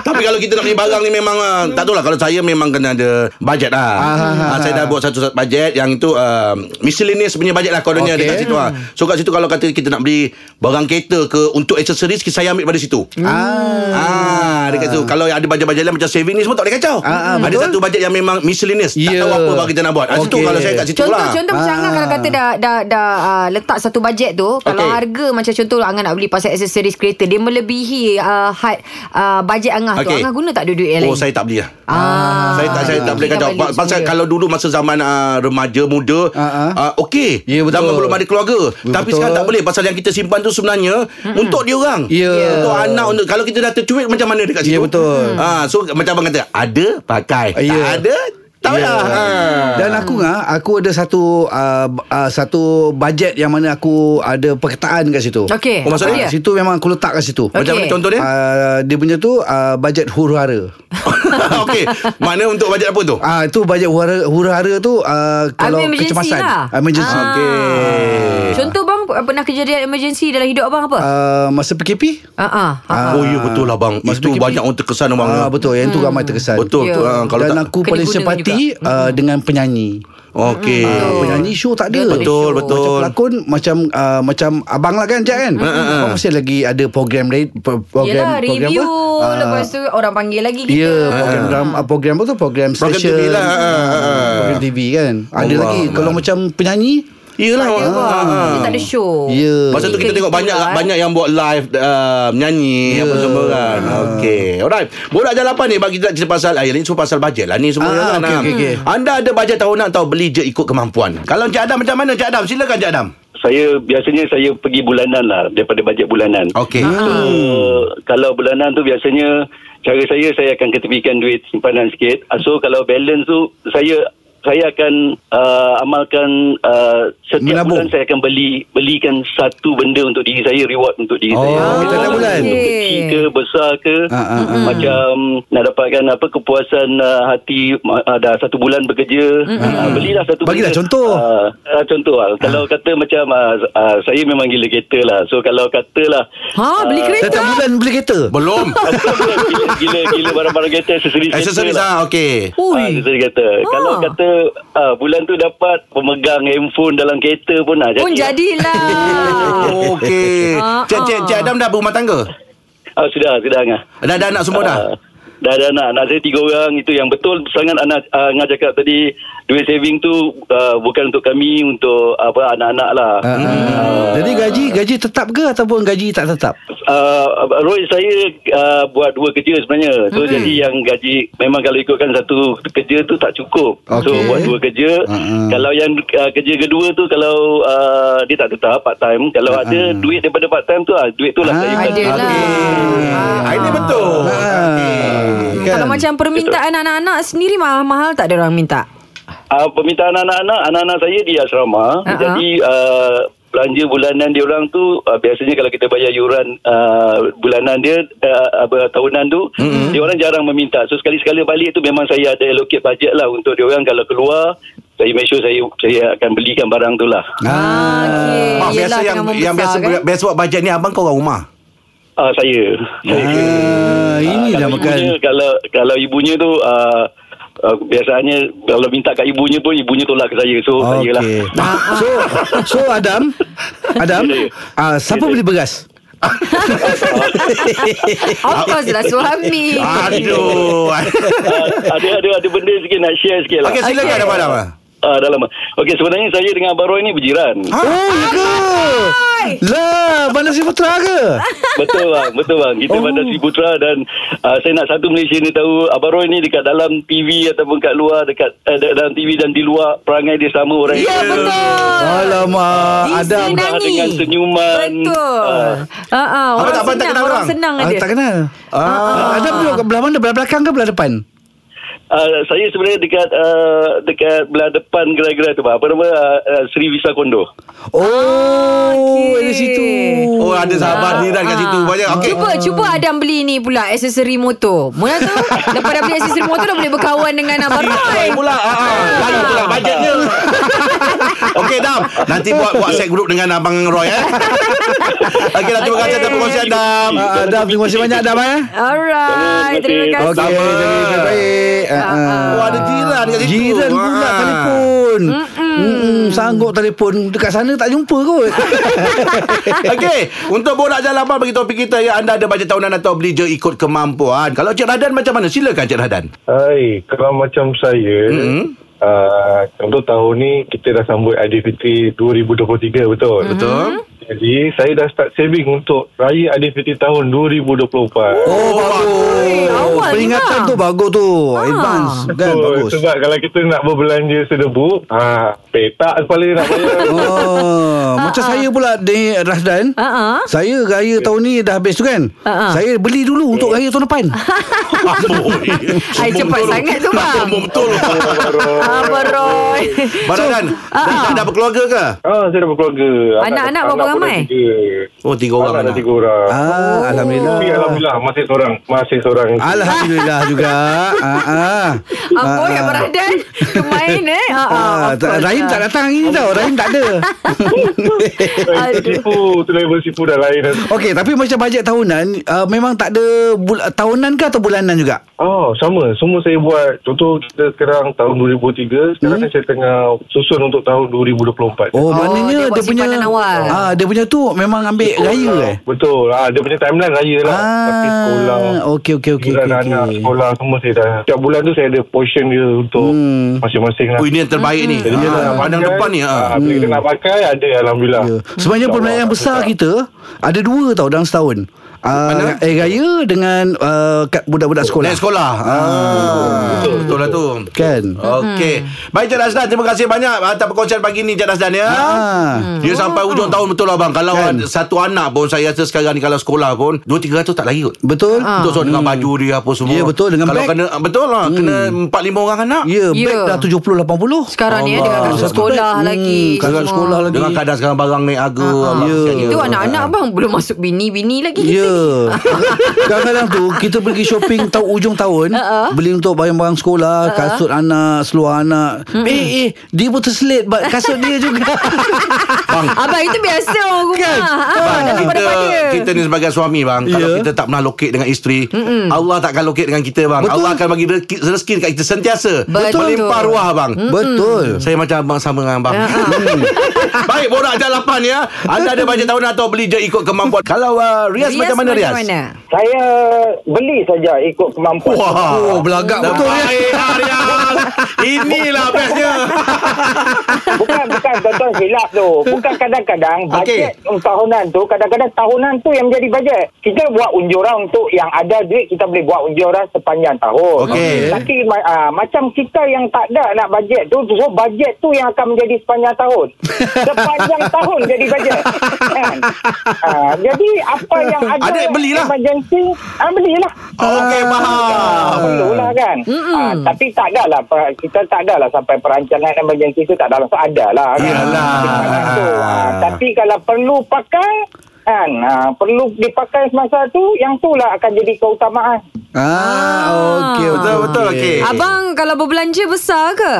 Speaker 2: Tapi kalau kita nak beli barang ni memang ah, Tak tahulah Kalau saya memang kena ada Bajet lah
Speaker 3: Ah.
Speaker 2: Ah, Saya dah buat satu bajet Yang itu ah, Miscellaneous punya bajet lah Kononnya ada
Speaker 3: Okey.
Speaker 2: kat situ lah So kat situ kalau kata kita nak beli Barang kereta ke Untuk aksesoris Saya ambil pada situ
Speaker 3: ah,
Speaker 2: Ah, dekat tu kalau ada bajet-bajet lain macam saving ni semua tak boleh kacau.
Speaker 3: Ah, ah,
Speaker 2: ada
Speaker 3: betul.
Speaker 2: satu bajet yang memang miscellaneous,
Speaker 3: Ya.
Speaker 2: tak tahu apa bang kita nak buat. Ah, situ
Speaker 3: Okey.
Speaker 2: kalau saya kat situ
Speaker 4: Contoh
Speaker 2: lah.
Speaker 4: contoh macam
Speaker 3: Ah.
Speaker 4: Angan kalau kata dah dah dah uh, letak satu bajet tu okay. kalau
Speaker 2: Okey.
Speaker 4: harga macam contoh Angan nak beli pasal aksesoris kereta dia melebihi uh, had, uh, bajet Angan okay. tu
Speaker 2: Okey.
Speaker 4: Angan guna tak duit-duit yang
Speaker 2: Oh,
Speaker 4: lain?
Speaker 2: saya tak beli lah.
Speaker 4: Ah.
Speaker 2: Saya tak saya tak boleh
Speaker 4: Kita
Speaker 2: kacau.
Speaker 4: balik
Speaker 2: Pasal
Speaker 4: semula.
Speaker 2: kalau dulu masa zaman uh, remaja muda,
Speaker 3: Ah, ah.
Speaker 2: uh-huh. uh, okey.
Speaker 3: Ya, betul.
Speaker 2: Zaman belum ada keluarga.
Speaker 3: Ya,
Speaker 2: Tapi
Speaker 3: betul.
Speaker 2: sekarang tak boleh pasal yang kita simpan tu sebenarnya untuk dia orang.
Speaker 3: Ya. Ya.
Speaker 2: Untuk anak untuk kalau kita dah tercuit macam mana dekat situ?
Speaker 3: Ya, betul.
Speaker 2: Ah, so macam abang kata, ada pakai.
Speaker 3: Ya.
Speaker 2: Tak ada tak
Speaker 3: Ya.
Speaker 2: payah. Ah.
Speaker 3: Dan aku ngah aku ada satu uh, uh, satu bajet yang mana aku ada perkataan kat situ. Ah,
Speaker 4: Okey.
Speaker 2: Oh,
Speaker 4: Apa
Speaker 2: maksudnya?
Speaker 4: dia?
Speaker 3: Situ memang aku letak kat situ.
Speaker 2: Macam
Speaker 4: Okey.
Speaker 2: mana contoh dia?
Speaker 3: Uh, dia punya tu uh, bajet huru-hara.
Speaker 2: *laughs* Okey. Mana untuk bajet apa tu?
Speaker 3: Ah uh, itu bajet huru-hara, huru-hara tu uh, kalau
Speaker 4: Emergency
Speaker 3: kecemasan.
Speaker 4: lah.
Speaker 3: Emergency.
Speaker 4: Ah.
Speaker 2: Okey.
Speaker 4: Contoh bang p- pernah kejadian emergency dalam hidup abang apa?
Speaker 3: Uh, masa PKP?
Speaker 4: Ha ah. ah.
Speaker 2: Oh ya betul lah bang
Speaker 3: Masa
Speaker 2: Itu
Speaker 3: PKP.
Speaker 2: banyak orang terkesan bang
Speaker 3: Ah betul yang tu ramai terkesan.
Speaker 2: Betul
Speaker 4: Ya.
Speaker 2: tu, ah, kalau
Speaker 3: Dan
Speaker 2: tak
Speaker 3: aku
Speaker 4: Kena
Speaker 3: paling
Speaker 4: guna Hmm.
Speaker 3: simpati uh, dengan penyanyi.
Speaker 2: Okey
Speaker 3: Ah, penyanyi show tak ada.
Speaker 4: Dia tak ada
Speaker 2: Betul, Hmm, show. betul.
Speaker 3: Macam pelakon macam uh, macam abang lah kan Jack kan. Abang mesti lagi ada program lain pro-
Speaker 4: Yelah
Speaker 3: program program
Speaker 4: review
Speaker 3: apa? Ah,
Speaker 4: Lepas tu orang panggil lagi kita
Speaker 3: Ya program drama, ah, program apa tu program
Speaker 2: Hmm, Program
Speaker 3: station
Speaker 2: TV lah, ah, ah, ah.
Speaker 3: program TV kan ada
Speaker 2: Allah
Speaker 3: lagi
Speaker 2: Allah.
Speaker 3: kalau macam penyanyi
Speaker 2: Yelah
Speaker 4: Tak ada
Speaker 2: ah,
Speaker 4: bang
Speaker 2: ah.
Speaker 4: Dia tak ada eh. show
Speaker 3: Ya.
Speaker 2: Masa tu kita tengok banyak
Speaker 4: Ikut-ikut,
Speaker 2: banyak yang buat live uh,
Speaker 3: Ya.
Speaker 2: menyanyi apa semua kan.
Speaker 3: Ah.
Speaker 2: Okey. Alright. Borak jalapan ni bagi kita cerita pasal ayat ni semua pasal bajet lah ni semua
Speaker 3: Ah,
Speaker 2: kan.
Speaker 3: okey,
Speaker 2: ah.
Speaker 3: okey, okey.
Speaker 2: Anda ada bajet tahunan atau beli je ikut kemampuan. Kalau Cik Adam macam mana Cik Adam? Silakan Cik Adam.
Speaker 8: Saya biasanya saya pergi bulanan lah daripada bajet bulanan.
Speaker 2: Okey.
Speaker 8: So, kalau bulanan tu biasanya cara saya saya akan ketepikan duit simpanan sikit. Ah, So kalau balance tu saya saya akan uh, amalkan uh, setiap
Speaker 3: Menabung.
Speaker 8: bulan saya akan beli belikan satu benda untuk diri saya reward untuk diri
Speaker 3: Oh,
Speaker 8: saya.
Speaker 3: kita
Speaker 4: dalam bulan.
Speaker 8: Kecil ke besar ke
Speaker 3: Ah, ah, ah.
Speaker 8: macam nak dapatkan apa kepuasan uh, hati uh, dah satu bulan bekerja uh, belilah satu
Speaker 3: Bagilah
Speaker 8: benda.
Speaker 3: contoh. Ah.
Speaker 8: Ah, uh, contoh lah. Kalau kata macam uh, uh, saya memang gila kereta lah. So kalau katalah
Speaker 4: Ha
Speaker 8: ah,
Speaker 4: beli kereta
Speaker 3: Ah, setiap bulan beli kereta
Speaker 2: Belum.
Speaker 8: gila, gila gila barang-barang kereta aksesoris kereta.
Speaker 2: Aksesoris
Speaker 8: lah.
Speaker 2: ah okey.
Speaker 8: Ah,
Speaker 4: Ui
Speaker 8: aksesoris kereta.
Speaker 4: Ah.
Speaker 8: Kalau kata ah, bulan tu dapat pemegang handphone dalam kereta pun ah, jadi.
Speaker 4: Pun jadilah
Speaker 2: *laughs*
Speaker 3: Eh,
Speaker 2: Okey.
Speaker 4: Ah,
Speaker 2: Cik Cik Cik
Speaker 4: ah.
Speaker 2: Adam dah berumah tangga?
Speaker 8: Ah, sudah sudah ngah.
Speaker 2: Dah dah anak semua dah.
Speaker 8: Ah, Dah ada anak Anak saya tiga orang Itu yang betul Sangat anak uh, Ngah cakap tadi Duit saving tu uh, Bukan untuk kami Untuk apa anak-anak lah
Speaker 3: Ah, ah. Jadi gaji gaji tetap ke ataupun gaji tak tetap?
Speaker 8: uh, Roy saya uh, buat dua kerja sebenarnya
Speaker 4: Mm-hmm.
Speaker 8: so hmm. jadi yang gaji memang kalau ikutkan satu kerja tu tak cukup so
Speaker 3: Okey.
Speaker 8: buat dua kerja
Speaker 2: Ah,
Speaker 3: Uh-uh.
Speaker 8: kalau yang uh, kerja kedua tu kalau uh, dia tak tetap part time kalau ada duit daripada part time tu ah duit tu lah
Speaker 3: Ah.
Speaker 8: saya
Speaker 4: Ada
Speaker 8: buat.
Speaker 4: lah
Speaker 2: Ah, ini betul. Kan?
Speaker 3: Ah,
Speaker 4: Kalau macam permintaan anak-anak sendiri mahal-mahal tak
Speaker 2: *laughs*
Speaker 4: ada orang minta.
Speaker 8: Ah, Uh, permintaan anak-anak anak-anak saya di asrama
Speaker 4: Ah, ah.
Speaker 8: jadi uh, belanja bulanan dia orang tu uh, biasanya kalau kita bayar yuran uh, bulanan dia uh, apa, tahunan tu mm-hmm. dia orang jarang meminta so sekali-sekala balik tu memang saya ada allocate bajet lah untuk dia orang kalau keluar saya make sure saya saya akan belikan barang tu lah
Speaker 4: Ah, okay.
Speaker 2: Mak
Speaker 4: Yelah,
Speaker 2: biasa yang
Speaker 4: tengah
Speaker 2: yang biasa
Speaker 4: membesar, kan?
Speaker 2: biasa buat bajet ni abang kau orang rumah.
Speaker 8: uh, saya saya
Speaker 3: Ah, inilah
Speaker 8: kalau
Speaker 3: bukan
Speaker 8: ibunya, kalau kalau ibunya tu uh, uh, biasanya kalau minta kat ibunya pun ibunya tolak ke saya so okay. saya lah
Speaker 2: Okey.
Speaker 4: Ah,
Speaker 3: So so Adam
Speaker 2: *laughs*
Speaker 3: Adam ah, siapa beli beras?
Speaker 4: Of course lah suami.
Speaker 8: *laughs*
Speaker 2: Aduh.
Speaker 8: uh, ada ada ada benda sikit nak share sikit lah
Speaker 2: Okey silakan
Speaker 4: Okey.
Speaker 2: okay. abang. abang.
Speaker 8: uh, dalam okey sebenarnya saya dengan abang Roy ni berjiran
Speaker 2: Ha?
Speaker 3: Oh ya ke? Lah, Bandar Sri Putra ke?
Speaker 8: Betul bang, betul bang. Kita oh. Bandar Sri Putra dan uh, saya nak satu Malaysia ni tahu Abang Roy ni dekat dalam TV ataupun kat luar dekat uh, dalam TV dan di luar perangai dia sama orang.
Speaker 4: Ya betul.
Speaker 3: Alamak,
Speaker 4: Disenangi.
Speaker 3: Adam.
Speaker 8: Dengan senyuman.
Speaker 4: Betul. Ah, ah, orang
Speaker 2: tak- abang
Speaker 4: senang,
Speaker 2: tak kenal
Speaker 4: orang
Speaker 2: orang?
Speaker 4: senang
Speaker 3: Ah,
Speaker 4: ada.
Speaker 3: tak kenal. Ah, Adam duduk kat belah mana? Belah belakang ke belah depan?
Speaker 8: Uh, saya sebenarnya dekat uh, dekat belah depan gerai-gerai tu bang. Apa nama uh, uh, Sri Visa Kondo.
Speaker 3: Oh,
Speaker 4: Ah, Okey.
Speaker 3: ada situ.
Speaker 2: Oh ada sahabat jiran kat situ banyak. Okey.
Speaker 4: Cuba cuba Adam beli ni pula aksesori motor. Mula tu lepas dah beli aksesori motor dah boleh berkawan dengan Abang Roy.
Speaker 2: Pula ah, ah. Lalu pula bajetnya. Okey Dam, nanti buat WhatsApp group dengan abang Roy eh. Okey Dam, terima kasih atas perkongsian Dam.
Speaker 3: Ah, Adam, terima kasih banyak Adam eh.
Speaker 4: Alright, terima kasih.
Speaker 8: Terima
Speaker 3: Okey, terima kasih Eh, baik. Ah, ah.
Speaker 2: Oh ada jiran kat situ.
Speaker 3: Jiran pula
Speaker 2: Ah.
Speaker 3: telefon. Mm-mm, sanggup telefon dekat sana tak jumpa kot.
Speaker 2: *laughs* Okey, untuk borak jalan abang bagi topik kita ya anda ada bajet tahunan atau belanja ikut kemampuan. Kalau Cik Radan macam mana? Silakan Cik Radan.
Speaker 9: Hai, kalau macam saya,
Speaker 2: Mm-mm.
Speaker 9: mm-hmm. uh, contoh tahun ni kita dah sambut Aidilfitri 2023, betul? Mm-hmm.
Speaker 2: Betul.
Speaker 9: Jadi, saya dah start saving untuk Raya Aidilfitri tahun 2024.
Speaker 3: *laughs* Oh,
Speaker 4: Eh,
Speaker 3: bagus.
Speaker 4: awal
Speaker 3: Peringatan
Speaker 4: juga.
Speaker 3: tu bagus tu. Advance kan bagus.
Speaker 9: sebab kalau kita nak berbelanja sedebuk, ah petak kepala nak bayar.
Speaker 3: Oh, Ah, macam saya pula ni Rasdan.
Speaker 4: Ah, ah.
Speaker 3: Saya raya tahun ni dah habis tu kan.
Speaker 4: Ah, ah.
Speaker 3: Saya beli dulu untuk raya tahun *laughs* depan.
Speaker 4: *laughs* Ai cepat sangat tu bang.
Speaker 2: Betul.
Speaker 4: Abang Roy.
Speaker 2: Abang Radan, kan?
Speaker 3: ah,
Speaker 2: dah, dah berkeluarga ke?
Speaker 9: ah, saya dah berkeluarga.
Speaker 4: Anak-anak berapa
Speaker 9: pun
Speaker 4: ramai?
Speaker 9: dah Tiga.
Speaker 2: Oh, tiga orang.
Speaker 9: Orang anak dah
Speaker 2: anak.
Speaker 9: tiga orang. Ah.
Speaker 3: Ah, alhamdulillah.
Speaker 9: Tapi Alhamdulillah, masih seorang. Masih seorang.
Speaker 3: Alhamdulillah juga. Ah,
Speaker 2: *laughs*
Speaker 3: ah.
Speaker 4: Amboi Abang Radan. Kemain eh. Ah, ah,
Speaker 3: Ah,
Speaker 4: of
Speaker 3: tak,
Speaker 4: course.
Speaker 3: Rahim tak datang hari ni tau. Rahim tak ada.
Speaker 9: Itu Sipu, tu level sipu dah lain.
Speaker 3: Okey, tapi macam bajet tahunan, uh, memang tak ada bul- tahunan ke atau bulanan juga?
Speaker 9: Oh, sama. Semua saya buat. Contoh kita sekarang tahun 2003, sekarang hmm? saya tengah susun untuk tahun 2024.
Speaker 4: Oh,
Speaker 3: Oh,
Speaker 4: dia
Speaker 3: maknanya
Speaker 4: buat
Speaker 3: dia, punya
Speaker 4: simpanan awal.
Speaker 3: Ah, dia punya tu memang ambil raya eh.
Speaker 9: Betul. Ah, dia punya timeline raya lah.
Speaker 3: Ah,
Speaker 9: Tapi sekolah.
Speaker 3: okey, okey, okey,
Speaker 9: hiburan
Speaker 3: okey,
Speaker 9: anak,
Speaker 3: okey.
Speaker 9: sekolah semua saya dah. Setiap bulan tu saya ada portion dia untuk
Speaker 3: Hmm.
Speaker 9: masing-masing lah.
Speaker 2: Oh, ini yang terbaik ni.
Speaker 9: Jadi bila
Speaker 2: Ah,
Speaker 9: nak
Speaker 2: pandang
Speaker 9: pakai,
Speaker 2: depan ni.
Speaker 9: ah,
Speaker 2: Ah.
Speaker 9: Bila kita nak pakai, ada Alhamdulillah.
Speaker 3: Hmm. Ya. Sebenarnya perbelanjaan besar kita ada dua tau dalam setahun. Uh, eh raya dengan uh, kat budak-budak sekolah.
Speaker 2: Naik sekolah. Ah. Betul lah tu.
Speaker 3: Kan?
Speaker 2: Okey. Baik Cik Razdan, terima kasih banyak atas perkongsian pagi ni Cik Razdan ya.
Speaker 3: Ah.
Speaker 2: Dia sampai hujung tahun betul abang. Kalau kan. satu anak pun saya rasa sekarang ni kalau sekolah pun 2 300 tak lagi kot.
Speaker 3: Betul? Hmm.
Speaker 2: Ah. Untuk so dengan baju dia apa semua.
Speaker 3: Ya, betul, dengan
Speaker 2: kalau
Speaker 3: bag. Hmm.
Speaker 2: kena betul lah kena 4 5 orang anak.
Speaker 3: Ya,
Speaker 4: Ya.
Speaker 3: yeah, beg dah 70 80.
Speaker 4: Sekarang ni eh, dengan
Speaker 3: Ah,
Speaker 4: kasus
Speaker 3: satu
Speaker 4: sekolah
Speaker 3: beg.
Speaker 4: lagi.
Speaker 3: Hmm, Kasus
Speaker 4: semua. Ah,
Speaker 3: sekolah lagi.
Speaker 2: Dengan kadang sekarang barang naik harga. abang,
Speaker 3: Ya.
Speaker 2: kesian dia.
Speaker 4: Itu anak-anak bang belum masuk bini-bini lagi kita
Speaker 3: Ya
Speaker 4: ni.
Speaker 3: Kadang-kadang tu Kita pergi shopping tahu Ujung tahun uh-uh. Beli untuk barang-barang sekolah uh-uh. Kasut anak Seluar anak mm-hmm. Eh eh Dia pun terselit but Kasut dia
Speaker 4: *laughs*
Speaker 3: juga
Speaker 4: Abang itu biasa orang rumah.
Speaker 3: Kan?
Speaker 4: Ah, dah
Speaker 2: kita
Speaker 4: depan-depan dia.
Speaker 2: kita ni sebagai suami bang yeah. kalau kita tak pernah lokek dengan isteri Mm-mm. Allah takkan lokek dengan kita bang
Speaker 3: Betul.
Speaker 2: Betul. Allah akan bagi rezeki, rezeki dekat kita sentiasa
Speaker 4: Betul.
Speaker 2: melimpah ruah bang
Speaker 3: Betul
Speaker 2: saya macam abang sama dengan abang Baik borak jalapan ya Anda ada bajet tahunan atau beli je ikut kemampuan Kalau uh, Rias, Rias macam mana Rias?
Speaker 10: Saya beli saja ikut kemampuan.
Speaker 2: Wah
Speaker 3: Oh, belagak
Speaker 2: Dah
Speaker 3: betul, ya.
Speaker 2: Baik lah, Rias Inilah bestnya
Speaker 10: Bukan bukan tuan-tuan silap tu. Bukan kadang-kadang
Speaker 2: Okey.
Speaker 10: bajet tahunan tu, kadang-kadang tahunan tu yang menjadi bajet. Kita buat unjuran untuk yang ada duit kita boleh buat unjuran sepanjang tahun.
Speaker 2: Okey.
Speaker 10: Tapi ma- ah, macam kita yang tak ada nak bajet tu, so bajet tu yang akan menjadi sepanjang
Speaker 2: *laughs*
Speaker 10: tahun. sepanjang tahun jadi bajet. kan? Ah, jadi apa yang ada
Speaker 2: Adik belilah.
Speaker 10: sepanjang nanti ah, belilah.
Speaker 2: Okey, faham.
Speaker 10: Ah, perlulah kan. Ah, tapi tak adalah per- kita tak adalah sampai perancangan emergency tu tak adalah so adalah kan.
Speaker 2: Yalah.
Speaker 10: So, ah, tapi kalau perlu pakai kan ah, perlu dipakai semasa tu yang tu lah akan jadi keutamaan.
Speaker 3: Ah, okey.
Speaker 2: Betul betul okey.
Speaker 4: Abang kalau berbelanja besar ke?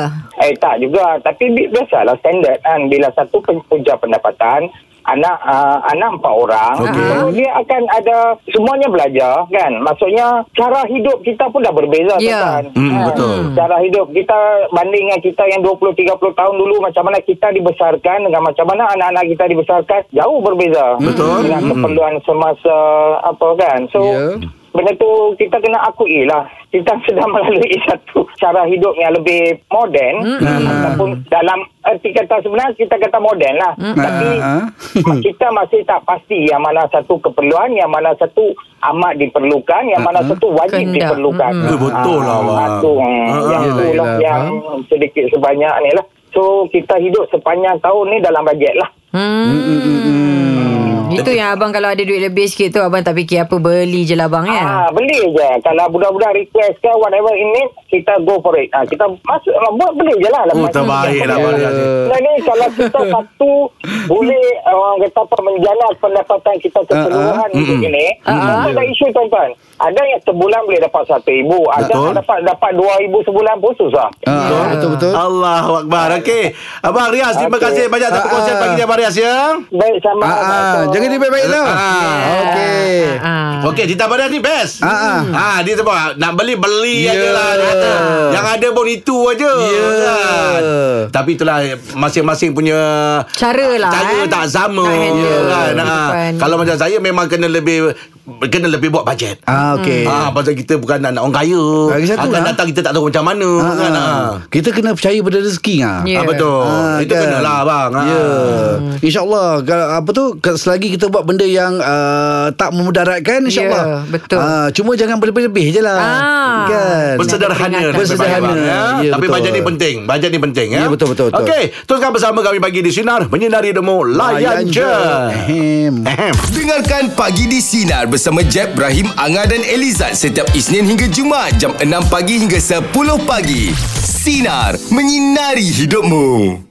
Speaker 10: Eh tak juga tapi bi- biasalah standard kan bila satu pen- punca pendapatan anak uh, anak empat orang
Speaker 4: Okey.
Speaker 10: so, dia akan ada semuanya belajar kan maksudnya cara hidup kita pun dah berbeza
Speaker 4: Ya.
Speaker 10: yeah. kan
Speaker 2: Hmm,
Speaker 10: Kan?
Speaker 2: betul.
Speaker 10: cara hidup kita banding dengan kita yang 20 30 tahun dulu macam mana kita dibesarkan dengan macam mana anak-anak kita dibesarkan jauh berbeza
Speaker 2: Betul.
Speaker 10: dengan
Speaker 2: Hmm.
Speaker 10: keperluan semasa apa kan so
Speaker 3: Ya.
Speaker 10: Benda tu kita kena akui lah. Kita *laughs* sedang melalui satu cara hidup yang lebih moden.
Speaker 4: Mm-mm.
Speaker 2: Hmm.
Speaker 10: Ataupun dalam erti kata sebenarnya kita kata moden lah.
Speaker 2: Hmm.
Speaker 10: Tapi
Speaker 3: Ah. *laughs*
Speaker 10: kita masih tak pasti yang mana satu keperluan, yang mana satu amat diperlukan, yang mana satu wajib
Speaker 4: Kendak.
Speaker 10: diperlukan.
Speaker 4: Mm-mm.
Speaker 2: Eh, Hmm. betul
Speaker 10: Ah,
Speaker 2: lah, Wak.
Speaker 10: Satu, hmm,
Speaker 2: Ah,
Speaker 10: yang
Speaker 3: yelah,
Speaker 10: tu lah
Speaker 3: yelah,
Speaker 10: yang sedikit sebanyak ni lah. So kita hidup sepanjang tahun ni dalam bajet lah.
Speaker 4: Hmm.
Speaker 2: hmm.
Speaker 4: Itu yang abang kalau ada duit lebih sikit tu abang tak fikir apa beli je lah abang ya.
Speaker 10: Ah, beli je. Kalau budak-budak request ke whatever in need, kita go for it. Ah, kita masuk ah, buat beli je lah.
Speaker 2: Oh,
Speaker 10: Lepas tu
Speaker 2: terbaik
Speaker 10: kita
Speaker 2: lah,
Speaker 10: beli.
Speaker 2: Abang Razif.
Speaker 10: Sebenarnya kalau
Speaker 3: *laughs*
Speaker 10: kita satu boleh ah, orang kata apa menjana pendapatan
Speaker 2: Ah,
Speaker 10: kita keseluruhan uh, uh, ini,
Speaker 3: Ah,
Speaker 10: uh, ada isu tuan-tuan. Ada yang sebulan boleh dapat satu ibu, ada
Speaker 2: Betul.
Speaker 10: yang dapat dapat dua ibu sebulan lah. pun susah.
Speaker 3: Ah, betul betul.
Speaker 2: Allahu akbar. Eh, Okey. Abang Rias terima
Speaker 10: Okey.
Speaker 2: kasih banyak atas
Speaker 3: Ah,
Speaker 2: perkongsian
Speaker 3: ah.
Speaker 2: pagi ni Abang Rias ya.
Speaker 10: Baik sama.
Speaker 3: Ah, ah.
Speaker 10: Abang.
Speaker 3: Jaga diri baik-baik tu.
Speaker 2: Ah.
Speaker 3: Okey.
Speaker 4: Ah.
Speaker 2: Okey, cerita pada ni best.
Speaker 3: Ah, ah.
Speaker 2: Ha, dia sebab nak beli beli yeah.
Speaker 3: Ya.
Speaker 2: aje lah. Dia kata, Yang ada pun itu aja.
Speaker 3: Ya.
Speaker 2: Kan? Tapi itulah masing-masing punya
Speaker 4: Cara lah,
Speaker 2: Cara
Speaker 4: eh.
Speaker 2: tak sama.
Speaker 4: Tak handle
Speaker 2: kan.
Speaker 4: kehidupan.
Speaker 2: Ha. Kalau macam saya memang kena lebih kena lebih buat bajet.
Speaker 3: Ah, okey.
Speaker 2: Ah, pasal kita bukan anak orang kaya.
Speaker 3: Lagi satu
Speaker 2: Akan
Speaker 3: lah.
Speaker 2: datang kita tak tahu macam mana
Speaker 3: Ah,
Speaker 2: kan.
Speaker 3: ah.
Speaker 2: Ah.
Speaker 3: Kita kena percaya pada rezeki ah.
Speaker 4: Ya.
Speaker 2: Ah, betul. Itu
Speaker 3: kan?
Speaker 2: kena lah bang. Ah.
Speaker 3: Ya. InsyaAllah kalau apa tu ke- selagi kita buat benda yang uh, tak memudaratkan insyaallah.
Speaker 4: Ya, betul.
Speaker 3: Ah, cuma jangan berlebih-lebih je lah.
Speaker 4: Ah.
Speaker 3: Kan.
Speaker 2: Bersederhana
Speaker 4: Peringatan.
Speaker 3: Bersederhana.
Speaker 2: Abang, ya?
Speaker 3: Ya,
Speaker 2: Tapi
Speaker 3: betul.
Speaker 2: bajet ni penting Bajet ni penting
Speaker 3: Ya,
Speaker 2: ya?
Speaker 3: betul, betul, betul.
Speaker 2: Okey Teruskan bersama kami pagi di Sinar Menyinari Demo Layan je
Speaker 3: Ahem.
Speaker 2: Ahem.
Speaker 4: Ah.
Speaker 5: Dengarkan Pagi di Sinar bersama Jeb, Ibrahim, Anga dan Elizad setiap Isnin hingga Jumaat jam 6 pagi hingga 10 pagi. Sinar, menyinari hidupmu.